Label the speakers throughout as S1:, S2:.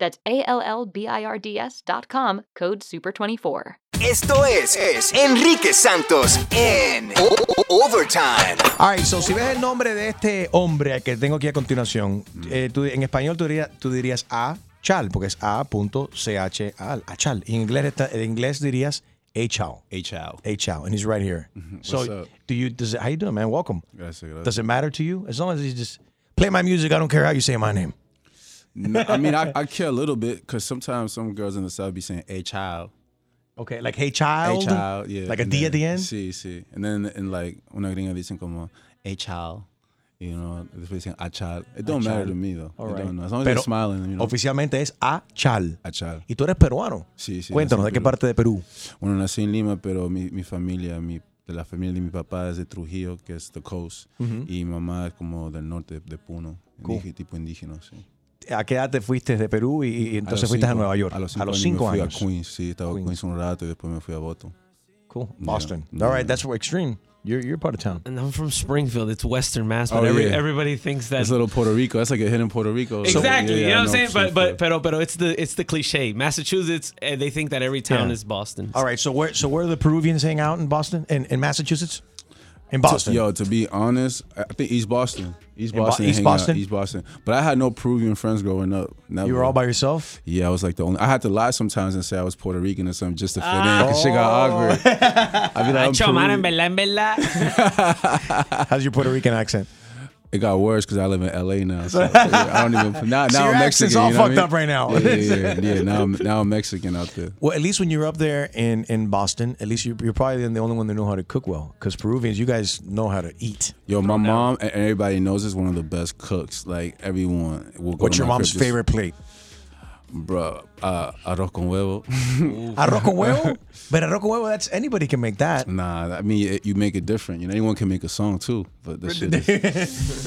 S1: That's A L L B I R D S dot com, code SUPER24.
S2: Esto es, es Enrique Santos en O- O- Overtime.
S3: All right, so si ves el nombre de este hombre que tengo aquí a continuación,
S4: Mm.
S3: eh, tú- en español tú dirías, tú dirías A. Chal, porque es A.C-H-A-L, Achal. En inglés, está- en inglés dirías Achal.
S4: Hey, chao. Mm-hmm.
S3: Achal, and he's right here. So,
S4: What's up?
S3: do you, does it, how you doing, man? Welcome.
S4: Gracias, gracias.
S3: Does it matter to you? As long as you just play my music, I don't care how you say my name.
S4: No, I mean, I, I care a little bit because sometimes some girls in the South be saying, hey, child.
S3: Okay, like hey child,
S4: Hey, child. Yeah.
S3: like a
S4: and
S3: D at the
S4: then-
S3: end.
S4: Sí, sí. And then, and like, una gringa dicen como, hey, child. You know, después dicen, a child. It don't matter to me, though.
S3: All
S4: It
S3: right.
S4: don't know. As long as
S3: Ah, Pero
S4: they're smiling, you know.
S3: Oficialmente es a chal.
S4: A chal.
S3: Y tú eres peruano.
S4: Sí, sí,
S3: Cuéntanos,
S4: nací
S3: ¿de qué
S4: en Perú.
S3: parte de Perú?
S4: Bueno, nací en Lima, pero mi, mi familia, mi, de la familia de mi papá es de Trujillo, que es the coast, y mi mamá es como del norte de, Puno, indígena- tipo indígena. Sí.
S3: ¿A qué edad te fuiste de Perú y, y
S4: A
S3: entonces
S4: los
S3: fuiste a
S4: cinco-
S3: Nueva York?
S4: A los cinco,
S3: cinco
S4: años. me
S3: años.
S4: Fui a Queens, sí, estaba en Queens un rato y después me fui a Boston.
S3: Cool. Boston.
S4: Yeah.
S3: All right, that's where extreme. You're, you're part of town.
S5: And I'm from Springfield. It's Western Mass, but
S4: Oh,
S5: every,
S4: yeah.
S5: everybody thinks that
S4: That's little Puerto Rico. That's like a hidden Puerto Rico.
S5: exactly.
S4: Yeah,
S5: you
S4: I
S5: know what I'm saying?
S4: for
S5: But but
S4: sure.
S5: pero pero it's the it's the cliche. Massachusetts, eh, they think that every town
S3: Yeah.
S5: is Boston.
S3: All right, so where so where do the Peruvians hang out in Boston, in, in Massachusetts, in Boston?
S4: Yo, to be honest, I I think East Boston. East
S3: In Bo-
S4: Boston.
S3: East
S4: hang out,
S3: Boston?
S4: East Boston. But I had no Peruvian friends growing up.
S3: you were
S4: never.
S3: all by yourself.
S4: Yeah, I was like the only. I had to lie sometimes and say I was Puerto Rican or something just to fit in 'cause shit
S3: Oh.
S4: got awkward. I'd be like, I'm Peruvian.
S3: How's your Puerto Rican accent?
S4: It got worse because I live in LA now. So yeah, I don't even. Now,
S3: So
S4: now
S3: your
S4: I'm
S3: accent's
S4: Mexican.
S3: all
S4: you know what I
S3: fucked
S4: mean?
S3: up right now.
S4: Yeah, yeah, yeah, yeah. Now I'm now I'm Mexican out there.
S3: Well, at least when you're up there in, in Boston, at least you're, you're probably the only one that know how to cook well, because Peruvians, you guys know how to eat.
S4: Yo, my mom and everybody knows is one of the best cooks. Like everyone will go.
S3: What's
S4: to
S3: your
S4: my
S3: mom's
S4: crib just-
S3: favorite plate?
S4: Bruh, uh, arroz con huevo.
S3: Arroz con huevo? But arroz con huevo, that's anybody can make that.
S4: nah, I mean it, you make it different. You know, anyone can make a song too, but the shit. Is,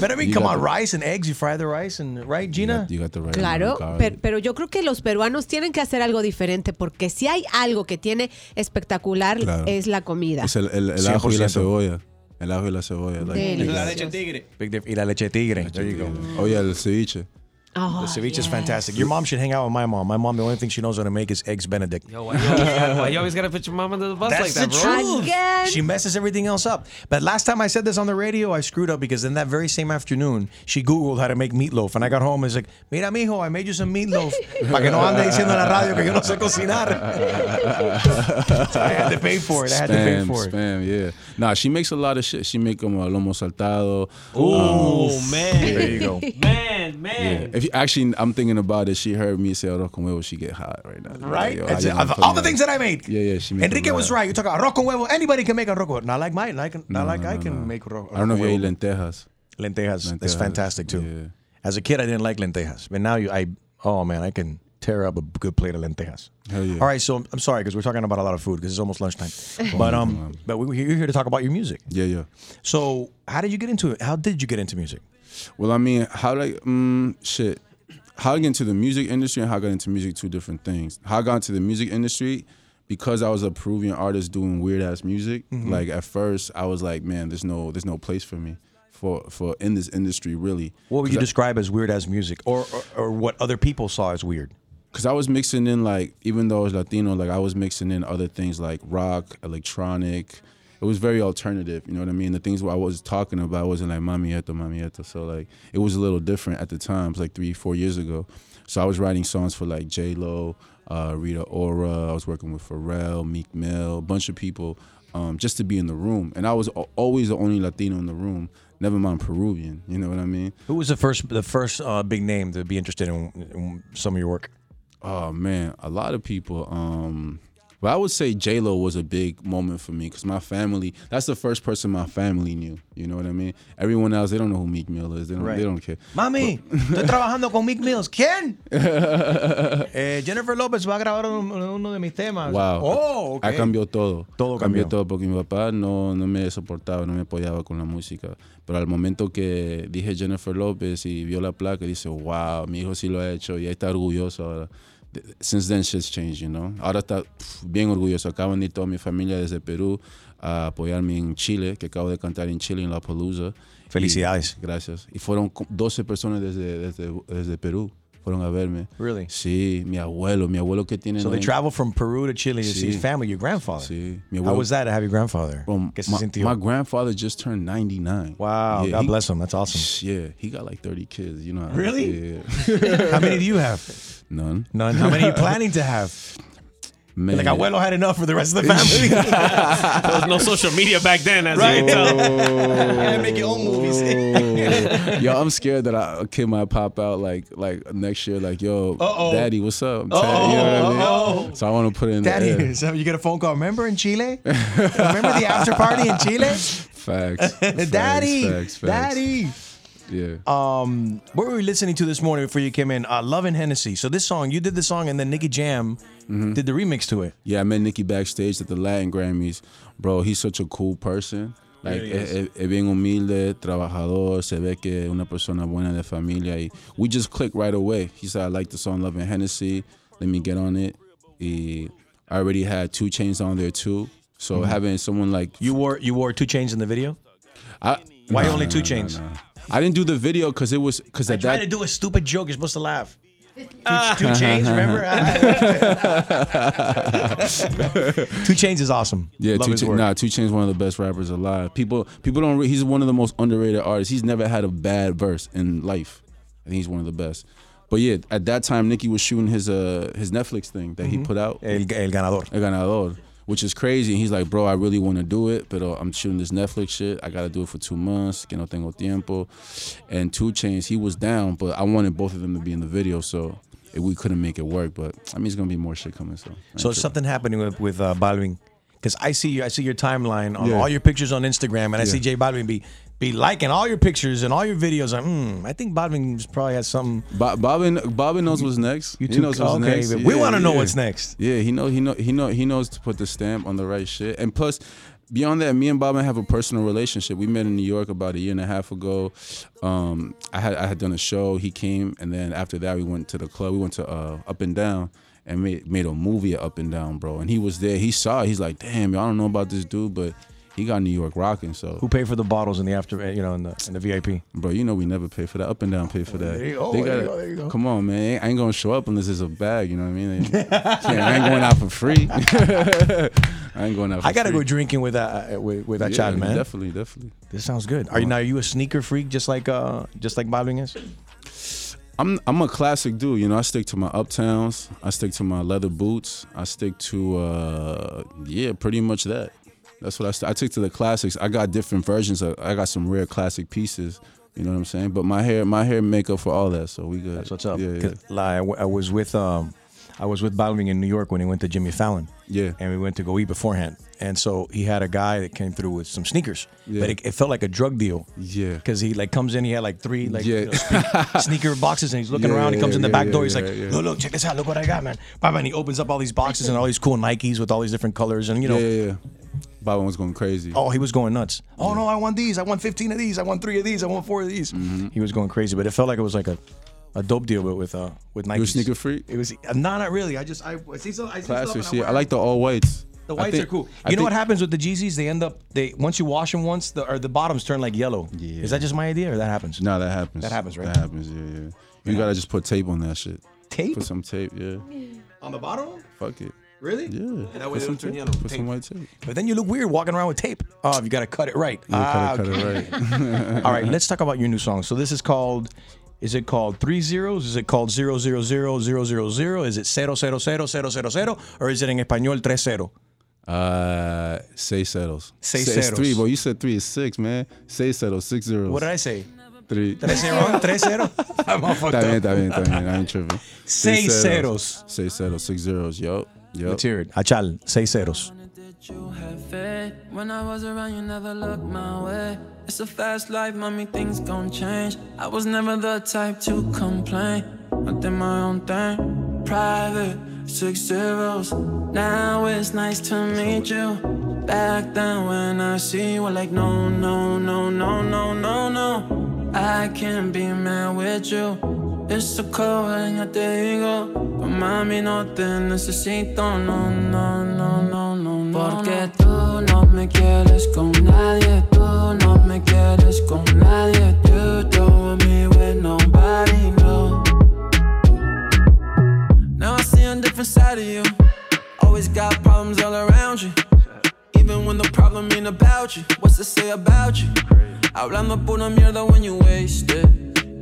S3: But I mean,
S4: You
S3: come
S4: got
S3: on,
S4: the-
S3: rice and eggs. You fry the rice and right, Gina.
S4: you got the right.
S6: Claro,
S4: amount of
S6: per-
S4: garlic.
S6: pero yo creo que los peruanos tienen que hacer algo diferente porque si hay algo que tiene espectacular
S4: Claro.
S6: es la comida.
S4: es el, el, el ajo y la
S3: 100%.
S4: cebolla. El ajo y la cebolla. Like,
S6: Delicioso.
S3: Big diff- y la leche tigre. There you go.
S4: Oh yeah, the ceviche.
S6: Oh,
S3: The ceviche is
S6: yes.
S3: fantastic. Your mom should hang out with my mom. My mom, the only thing she knows how to make is eggs Benedict.
S5: Yo, why, you always gotta- why you always gotta put your mom under the bus like that, bro?
S6: Again.
S3: She messes everything else up. But last time I said this on the radio, I screwed up because then that very same afternoon, she Googled how to make meatloaf. And I got home and was like, Mira, mijo, I made you some meatloaf. Pa' que no ande diciendo en la radio que yo no sé cocinar. so I had to pay for it. I had to pay
S4: Spam,
S3: for it.
S4: spam, yeah. Nah, she makes a lot of shit. She make como lomo saltado.
S5: Oh
S3: There
S5: man,
S3: you go.
S5: man,
S4: Yeah.
S5: man.
S4: If you actually, I'm thinking about it. She heard me say "Oh, arroz con huevo. She get hot right now.
S3: right?
S4: Yo, I
S3: That's
S4: just
S3: it.
S4: wanna
S3: Of
S4: put
S3: all
S4: it
S3: the
S4: out.
S3: things that I made.
S4: Yeah, yeah, she made
S3: Enrique
S4: them
S3: was
S4: right.
S3: right. You talk about arroz con huevo. Anybody can make arroz con huevo. Not like mine. Like, not like I can make arroz.
S4: I don't know if
S3: arroz
S4: you
S3: con
S4: ate
S3: huevo.
S4: lentejas.
S3: Lentejas. That's
S4: Lentejas,
S3: fantastic too.
S4: yeah.
S3: As a kid, I didn't like lentejas, but now you, I, oh man, I can tear up a good plate of lentejas.
S4: Hell yeah.
S3: All right, so I'm sorry because we're talking about a lot of food because it's almost lunchtime. but um, but we, you're here to talk about your music.
S4: Yeah, yeah.
S3: So how did you get into it? How did you get into music?
S4: Well, I mean, how like mm, shit. How I get into the music industry and how I got into music two different things. How I got into the music industry because I was a Peruvian artist doing weird ass music. Like at first, I was like, man, there's no there's no place for me for for in this industry really.
S3: What would you
S4: Because I-
S3: describe as weird as music, or, or or what other people saw as weird?
S4: Cause I was mixing in like, even though I was Latino, like I was mixing in other things like rock, electronic. It was very alternative, you know what I mean? The things what I was talking about wasn't like mami esto, mami esto. So like, it was a little different at the time. It was like three, four years ago. So I was writing songs for like J Lo, uh, Rita Ora. I was working with Pharrell, Meek Mill, a bunch of people um, just to be in the room. And I was al- always the only Latino in the room. Never mind Peruvian. You know what I mean?
S3: Who was the first the first uh, big name to be interested in, in some of your work?
S4: Oh man, a lot of people. Um, but I would say J Lo was a big moment for me because my family. That's the first person my family knew. You know what I mean? Everyone else, they don't know who Meek Mill is. They don't. They don't care.
S3: Mami, estoy trabajando con Mick Mills. ¿Quién? Eh, Jennifer López va a grabar un- uno de mis temas.
S4: Wow.
S3: Oh,
S4: Ha
S3: okay.
S4: cambiado todo.
S3: Todo cambió.
S4: todo porque mi papá no, no me soportaba, no me apoyaba con la música. Pero al momento que dije Jennifer López y vio la placa, dice, wow, mi hijo sí lo ha hecho y ahí está orgulloso ahora. De- Since then shit's changed, you know. Ahora está pf, bien orgulloso. Acaban de ir toda mi familia desde Perú a apoyarme en Chile, que acabo de cantar en Chile en La Palusa.
S3: Felicidades.
S4: gracias. Y fueron co- 12 personas desde, desde, desde Perú. Fueron a verme.
S3: Really?
S4: Sí, mi abuelo, mi abuelo que tiene
S3: So they
S4: 90
S3: traveled from Peru to Chile to see
S4: Sí.
S3: his family, your grandfather.
S4: Sí. Mi
S3: How
S4: abuelo-
S3: was that to have your grandfather?
S4: Bro,
S3: ¿Qué se
S4: my,
S3: sintió?
S4: my grandfather just turned 99.
S3: wow, God
S4: he-
S3: bless him. That's awesome.
S4: Yeah, he got like 30 kids, you know.
S3: Really?
S4: Yeah.
S3: How many do you have?
S4: None.
S3: None. How many are you planning to have?
S4: Man.
S3: Like, abuelo had enough for the rest of the family.
S5: There was no social media back then, as
S3: Right.
S5: you can tell.
S3: make your own movies.
S4: Oh. yo, I'm scared that I, a kid might pop out like like next year, like, yo, daddy, what's up? Ted, you know what I mean? So I want to put it in
S3: Daddy,
S4: the air.
S3: so you get a phone call. Remember in Chile? Remember the after party in Chile? Uh,
S4: Facts. Facts,
S3: Daddy,
S4: facts, facts.
S3: Daddy.
S4: Yeah.
S3: What were we listening to this morning before you came in? Uh, Love and Hennessy. So this song, you did the song, and then Nicky Jam
S4: Mm-hmm.
S3: did the remix to it.
S4: Yeah, I met Nicki backstage at the Latin Grammys. Bro, he's such a cool person. Like, es, es- es bien humilde, trabajador, se ve que una persona buena de familia. Y we just clicked right away. He said, I like the song Love and Hennessy. Let me get on it. Y I already had two chains on there too. So
S3: Mm-hmm.
S4: having someone like
S3: You wore you wore two chains in the video.
S4: I,
S3: Why only two chains?
S4: I didn't do the video because it was because
S3: I
S4: at
S3: tried to
S4: that
S3: do a stupid joke. You're supposed to laugh. Two, two chains, remember? two chains is awesome.
S4: Yeah,
S3: Love
S4: two
S3: his
S4: Chainz-
S3: work.
S4: nah, Two Chainz one of the best rappers alive. People people don't re- he's one of the most underrated artists. He's never had a bad verse in life. I think he's one of the best. But yeah, at that time Nicki was shooting his uh his Netflix thing that
S3: Mm-hmm.
S4: he put out.
S3: El, el ganador.
S4: El Ganador, which is crazy. And he's like, bro, I really want to do it, but uh, I'm shooting this Netflix shit. I got to do it for two months. Que no tengo tiempo. And Two Chains, he was down, but I wanted both of them to be in the video, so we couldn't make it work. But I mean, it's gonna be more shit coming. So
S3: So it's something happening with with uh, Balvin, because I see you, I see your timeline on
S4: Yeah.
S3: all your pictures on Instagram, and I see Jay Balvin be be liking all your pictures and all your videos. I'm, mm, I think Balvin probably has something.
S4: Bob, Bobbin, Bobbin knows what's next.
S3: You
S4: he
S3: two-
S4: knows what's
S3: okay,
S4: next.
S3: but we wanna know
S4: yeah.
S3: what's next.
S4: Yeah, he know, he know, he know, he knows to put the stamp on the right shit. And plus, beyond that, me and Bobbin have a personal relationship. We met in New York about a year and a half ago. Um, I had I had done a show. He came, and then after that, we went to the club. We went to uh, Up and Down. And made, made a movie of up and down, bro. And he was there. He saw. It. He's like, damn, I don't know about this dude, but he got New York rocking. So
S3: Who paid for the bottles in the after? eh, You know, in the in the VIP.
S4: Bro, you know we never pay for that. Up and down pay for that.
S3: There you go,
S4: They
S3: there you
S4: gotta-
S3: go, there you go.
S4: Come on, man. Ain't- I ain't gonna show up unless it's a bag. You know what I mean? Yeah, I ain't going out for free. I ain't going out. For
S3: I gotta
S4: free.
S3: go drinking with that uh, with, with that
S4: Yeah,
S3: child, man.
S4: Definitely, definitely.
S3: This sounds good. Are you now? Are you a sneaker freak, just like uh, just like Balvin is?
S4: I'm I'm a classic dude. You know, I stick to my uptowns. I stick to my leather boots. I stick to uh, yeah, pretty much that. That's what I st- I stick to the classics. I got different versions. Of, I got some rare classic pieces. You know what I'm saying? But my hair, my hair, makeup for all that. So we good.
S3: That's what's up.
S4: Yeah, yeah.
S3: 'Cause, like, I w- I was with um, I was with Balvin in New York when he went to Jimmy Fallon.
S4: Yeah.
S3: And we went to go eat beforehand, and so he had a guy that came through with some sneakers,
S4: Yeah.
S3: but it, it felt like a drug deal.
S4: Yeah.
S3: Because he like comes in, he had like three like
S4: Yeah.
S3: you know, sne- sneaker boxes, and he's looking
S4: Yeah,
S3: around. he
S4: yeah,
S3: comes in the
S4: yeah,
S3: back
S4: yeah,
S3: door. he's
S4: yeah,
S3: like,
S4: yeah.
S3: look, look, check this out. Look what I got, man. Bam, and he opens up all these boxes and all these cool Nikes with all these different colors, and you know.
S4: yeah, yeah, yeah. Bob was going crazy.
S3: Oh, he was going nuts. Oh no, I want these. I want 15 of these. I want three of these. I want four of these.
S4: Mm-hmm.
S3: He was going crazy, but it felt like it was like a, a dope deal with with, uh, with Nike.
S4: You a sneaker freak?
S3: It was no, not really. I just I, I see some I see
S4: Classic
S3: stuff and
S4: shit.
S3: I,
S4: I like the all whites.
S3: the
S4: I
S3: whites
S4: think-
S3: are cool. You
S4: I
S3: know what
S4: think-
S3: happens with the Jeezys? They end up they once you wash them once, the or the bottoms turn like yellow. Is that just my idea or that happens?
S4: No, that happens.
S3: That happens, right?
S4: That happens. Yeah, yeah. You gotta just put tape on that shit.
S3: Tape
S4: Put some tape. Yeah.
S3: on the bottom.
S4: Fuck it.
S3: Really?
S4: Yeah.
S3: that way they
S4: Put some
S3: don't turn
S4: tape.
S3: yellow.
S4: Put
S3: Tape.
S4: some white tape.
S3: But then you look weird walking around with tape. Oh, you got to cut it right.
S4: Yeah,
S3: ah,
S4: cut it, cut it right.
S3: All right, let's talk about your new song. So this is called Is it called three zeros? Is it called zero zero zero zero zero zero? Is it cero cero cero cero cero cero? Or is it in español tres cero?
S4: Uh, say settles.
S3: Say
S4: Say- it's
S3: settles.
S4: three, but you said three is six, man. Say settles, six zeros.
S3: What did I say?
S4: Three.
S3: Tres cero. tres cero. I'm all fucked
S4: Está bien,
S3: up.
S4: está bien, está bien. I ain't tripping.
S3: Say
S4: Six
S3: zeros.
S4: Say settles, six zeros. Yup. Yup.
S3: Let's hear it. Achal, seis ceros.
S7: that you have faith. When I was around, you never looked my way. It's a fast life, mommy, things gon' change. I was never the type to complain. I did my own thing. Private, six zeros. Now it's nice to meet you. Back then, when I see you, were like, no, no, no, no, no, no, no. I can't be mad with you. Esta cover ya te digo, pa' mami no te necesito, no, no, no, no, no, no. Porque tú no me quieres con nadie, tú no me quieres con nadie. You don't want me with nobody, no. Now I see a different side of you. Always got problems all around you. Even when the problem ain't about you, what's to say about you? Hablando pura mierda when you wasted.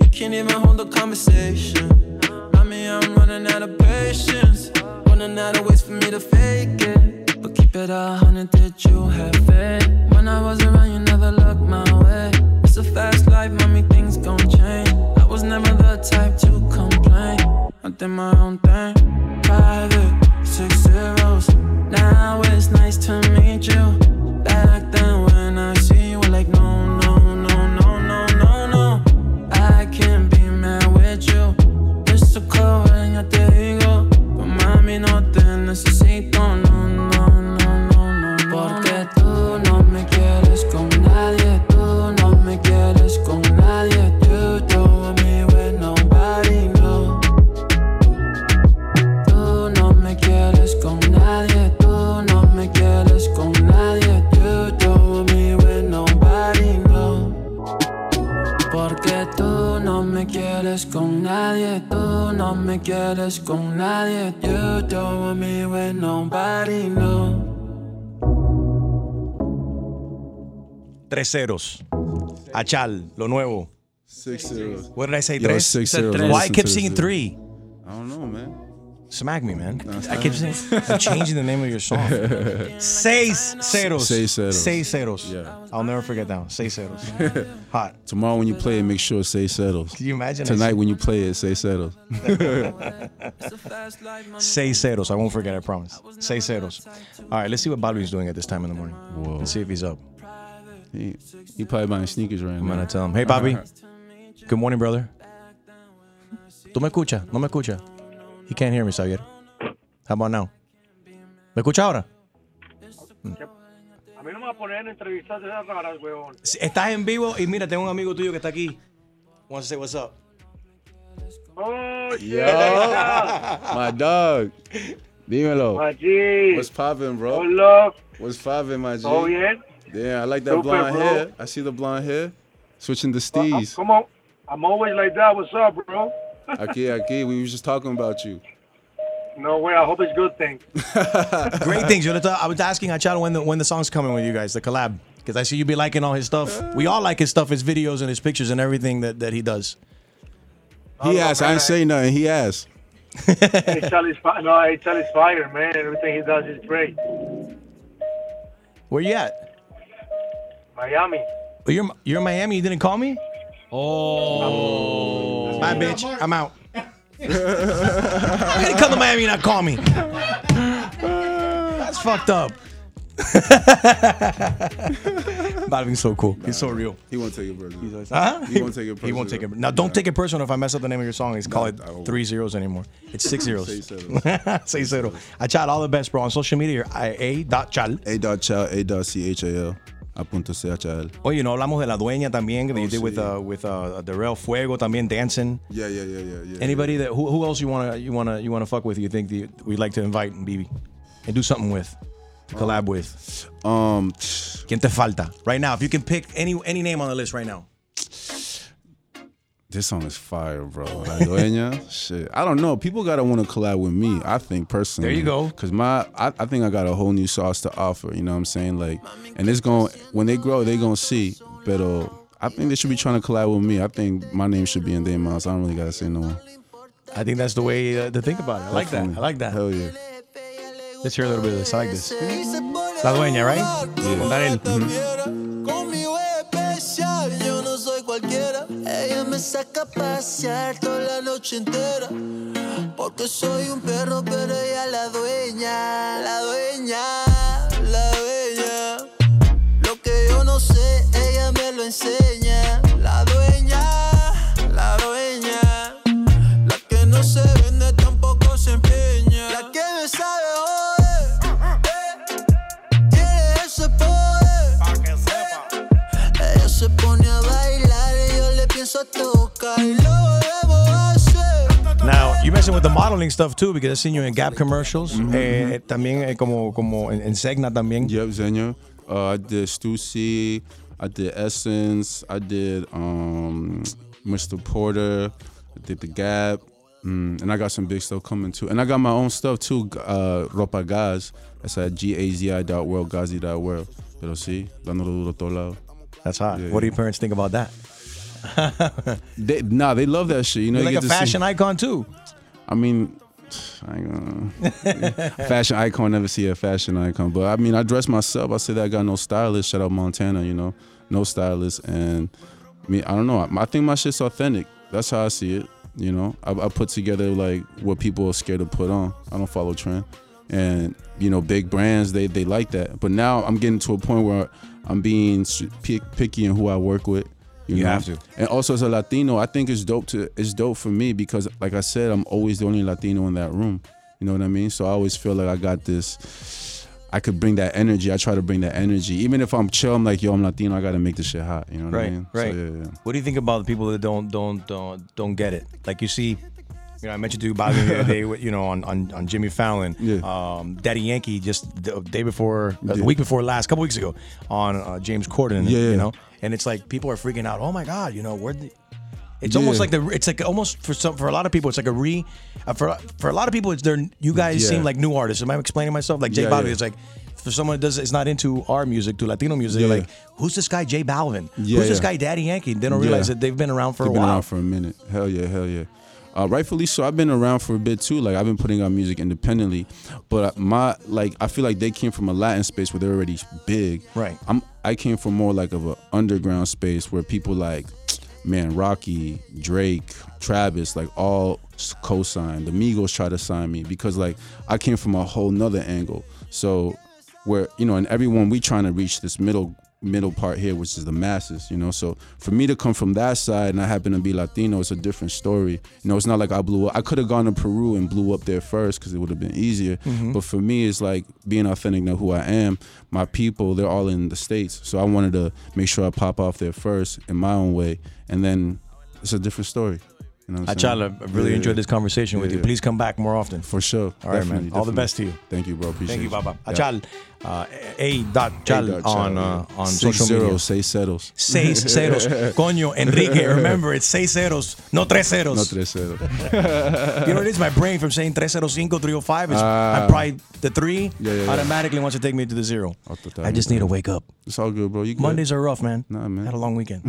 S7: You can't even hold a conversation. Mommy, I'm running out of patience. Running out of ways for me to fake it. But keep it a hundred, did you have faith? When I was around, you never looked my way. It's a fast life, mommy, things gon' change. I was never the type to complain. I did my own thing. Private, six zeros. Now it's nice to meet you. Back then, when I see you, were like, no, no, no, no, no, no, no. I can't be mad with you. It's so cold, and ya te digo. But mami, no te necesito, no, no, no, no, no. Porque tú no me quieres con nadie, tú no me quieres con nadie. You don't want me with nobody, no. Tú no me quieres con nadie, tú no me quieres con nadie. You don't want me with nobody, no. Porque tú no me quieres con nadie, tú no me quieres con nadie. You don't want me with nobody, no.
S3: Tres ceros. Achal, lo nuevo.
S4: Six zeros.
S3: What did I say?
S4: Yo,
S3: tres?
S4: six
S5: Said
S4: zeros.
S5: tres.
S4: I
S3: Why I
S4: listen
S3: kept
S4: to
S3: seeing
S4: this.
S3: three?
S4: I don't know, man.
S3: Smack me, man. I kept saying, I'm changing the name of your song. Seis ceros.
S4: Seis ceros.
S3: Seis ceros.
S4: Yeah.
S3: I'll never forget that one. Seis ceros. Hot.
S4: Tomorrow when you play it, make sure it say settles.
S3: Can you imagine? I
S4: Tonight when you play it, say settles.
S3: Say ceros. I won't forget, I promise. Say ceros. All right, let's see what Bobby's doing at this time in the morning. Let's see if he's up.
S4: He, he probably buying sneakers right
S3: I'm
S4: now.
S3: going to tell him, hey, Bobby. Good morning, brother. Tú me escuchas. No me escucha. He can't hear me, Xavier. How about now? ¿Me escucha ahora?
S8: A mí no me va a poner en entrevistas de esas raras, weón.
S3: Estás en vivo y mira, tengo un amigo tuyo que está aquí. Wants to say what's up.
S8: Oh, shit.
S4: My dog. Dímelo.
S8: Allí.
S4: What's poppin',
S8: Oh,
S4: bro?
S8: Hola.
S4: What's poppin', my G?
S8: ¿Todo bien?
S4: Yeah, I like that
S8: Oh, Super,
S4: blonde
S8: bro.
S4: hair. I see the blonde hair. Switching the steez.
S8: Come on. I'm always like that. What's up, bro?
S4: Aki, Aki, we were just talking about you.
S8: No way. I hope it's good thing.
S3: Great things. Yo le estaba- I was asking Achado when the when the song's coming with you guys, the collab, because I see you be liking all his stuff. We all like his stuff, his videos and his pictures and everything that, that he does.
S4: He asked. I ain't say nothing. He asked.
S8: HL is fire. No, HL is fire, man. Everything he does is great.
S3: Where you at?
S8: Miami.
S3: Oh, You're you're in Miami. You didn't call me. Oh, my bitch. I'm out. you didn't come to Miami and not call me. That's fucked up. Bobby's so cool. He's so real.
S4: He won't take it personal.
S3: Huh?
S4: He won't take it
S3: He won't
S4: personal.
S3: take it. Now, don't take it personal if I mess up the name of your song. It's called
S4: I won't.
S3: three zeros anymore. It's six zeros.
S4: settles.
S3: Say zero. I chat all the best, bro. On social media, you're I- a dot chal.
S4: A dot chal. A dot c h a l. Apunto c h a l.
S3: Oye, no hablamos de la dueña también. That you
S4: Oh,
S3: did with
S4: sí.
S3: uh, with uh, Darrell Fuego también dancing.
S4: Yeah, yeah, yeah, yeah, yeah.
S3: Anybody that who, who else you wanna you wanna you wanna fuck with? You think the, we'd like to invite and be and do something with,
S4: Oh.
S3: collab with?
S4: Um,
S3: ¿Quién te falta? Right now, if you can pick any any name on the list right now.
S4: this song is fire, bro. La Dueña, shit. I don't know. People gotta want to collab with me. I think personally.
S3: There you go.
S4: Cause my, I, I think I got a whole new sauce to offer. You know what I'm saying? Like, and it's going when they grow, they gonna see. But uh, I think they should be trying to collab with me. I think my name should be in their mouths. I don't really gotta say no one.
S3: I think that's the way uh, to think about it. I like that. I like that.
S4: Hell yeah.
S3: Let's hear a little bit of this. I like this. La dueña, right? Con Darel.
S9: Conmigo es especial, yo no soy cualquiera. Ella me saca a pasear toda la noche entera. Porque soy un perro, pero ella la dueña, la dueña, la dueña. Lo que yo no sé, ella me lo enseña. La dueña, la dueña. La que no se vende tampoco se empeña. La que me sabe joder. eh, Tiene ese poder. Ella se pone a bailar y yo le pienso a tocar. Y lo volvemos a hacer.
S3: Now, you mentioned with the modeling stuff too, because I've seen you in Gap commercials.
S4: Mm-hmm.
S3: Eh, también eh, como, como en, en Segna también.
S4: Yep, Xenia. Uh, I did Stussy. I did Essence. I did um, Mr. Porter. I did The Gap. Mm, and I got some big stuff coming too. And I got my own stuff too, uh, Ropa Gaz. That's at G-A-Z-I dot world, Gazi dot world. Pero sí, dándole duro todo lado.
S3: That's hot.
S4: Yeah,
S3: what do
S4: yeah.
S3: your parents think about that?
S4: They, nah, they love that shit. You know,
S3: You're
S4: you
S3: like a
S4: get to see-
S3: fashion icon too.
S4: I mean, I ain't gonna. fashion icon, never see a fashion icon. But I mean, I dress myself. I say that I got no stylist. Shout out Montana, you know, no stylist. And me, I don't know. I, I think my shit's authentic. That's how I see it. You know, I, I put together like what people are scared to put on. I don't follow trend. And you know, big brands they they like that. But now I'm getting to a point where I'm being str- pick, picky in who I work with. You,
S10: You
S4: know?
S10: have to.
S4: And also as a Latino, I think it's dope to it's dope for me because like I said, I'm always the only Latino in that room. You know what I mean? So I always feel like I got this I could bring that energy. I try to bring that energy. Even if I'm chill, I'm like, yo, I'm Latino, I gotta make this shit hot. You know what I
S3: Right,
S4: mean?
S3: right.
S4: So, yeah, yeah.
S3: What do you think about the people that don't don't don't don't get it? Like you see, you know, I mentioned to you Bobby the other day, you know, on on, on Jimmy Fallon,
S4: Yeah.
S3: um, Daddy Yankee, just the day before, uh, the
S4: Yeah.
S3: week before last, couple weeks ago, on uh, James Corden,
S4: Yeah,
S3: you
S4: yeah.
S3: know, and it's like people are freaking out. Oh my God, you know, where the it's
S4: Yeah.
S3: almost like the it's like almost for some for a lot of people it's like a re uh, for for a lot of people it's their you guys
S4: Yeah.
S3: seem like new artists. Am I explaining myself? Like Jay
S4: Yeah,
S3: Bobby,
S4: yeah.
S3: it's like for someone that does is not into our music, to Latino music,
S4: Yeah.
S3: they're like who's this guy Jay Balvin?
S4: Yeah,
S3: who's this
S4: yeah.
S3: guy Daddy Yankee? They don't realize
S4: Yeah.
S3: that they've been around for
S4: They've
S3: a
S4: been
S3: while.
S4: around for a minute. Hell yeah, hell yeah. Uh, rightfully so. I've been around for a bit too. Like I've been putting out music independently, but my like I feel like they came from a Latin space where they're already big.
S3: Right.
S4: I'm I came from more like of a underground space where people like, man, Rocky, Drake, Travis, like all s- co-signed. The Migos tried to sign me because like I came from a whole nother angle. So where you know, and everyone we trying to reach this middle middle part here, which is the masses, you know. So for me to come from that side and I happen to be Latino, it's a different story. You know, it's not like I blew up. I could have gone to Peru and blew up there first because it would have been easier.
S3: Mm-hmm.
S4: But for me, it's like being authentic to who I am. My people, they're all in the states, so I wanted to make sure I pop off there first in my own way, and then it's a different story. You know what I'm saying?
S3: Achala, I really
S4: Yeah.
S3: enjoyed this conversation with you.
S4: Yeah, yeah.
S3: Please come back more often.
S4: For sure.
S3: All right, man. All the best to you.
S4: Thank you, bro.
S3: Thank
S4: Appreciate
S3: you, Baba.
S4: Yeah.
S3: Achal, uh, A. Dot Chal
S4: Hey,
S3: on
S4: Dutch,
S3: uh, on
S4: Six
S3: social media.
S4: zeros, Say settles.
S3: Seis ceros. Coño, Enrique, remember, it's seis ceros, no tres ceros.
S4: No tres zeros.
S3: You know what it is? My brain from saying 305, 305 is I probably the three
S4: Ah. Yeah, yeah, Oh, yeah.
S3: automatically wants to take me to the zero.
S4: Off the top
S3: I just
S4: of
S3: need
S4: my
S3: to
S4: head.
S3: wake up.
S4: It's all good, bro. You good.
S3: Mondays are rough, man.
S4: Nah, man.
S3: Had a long weekend.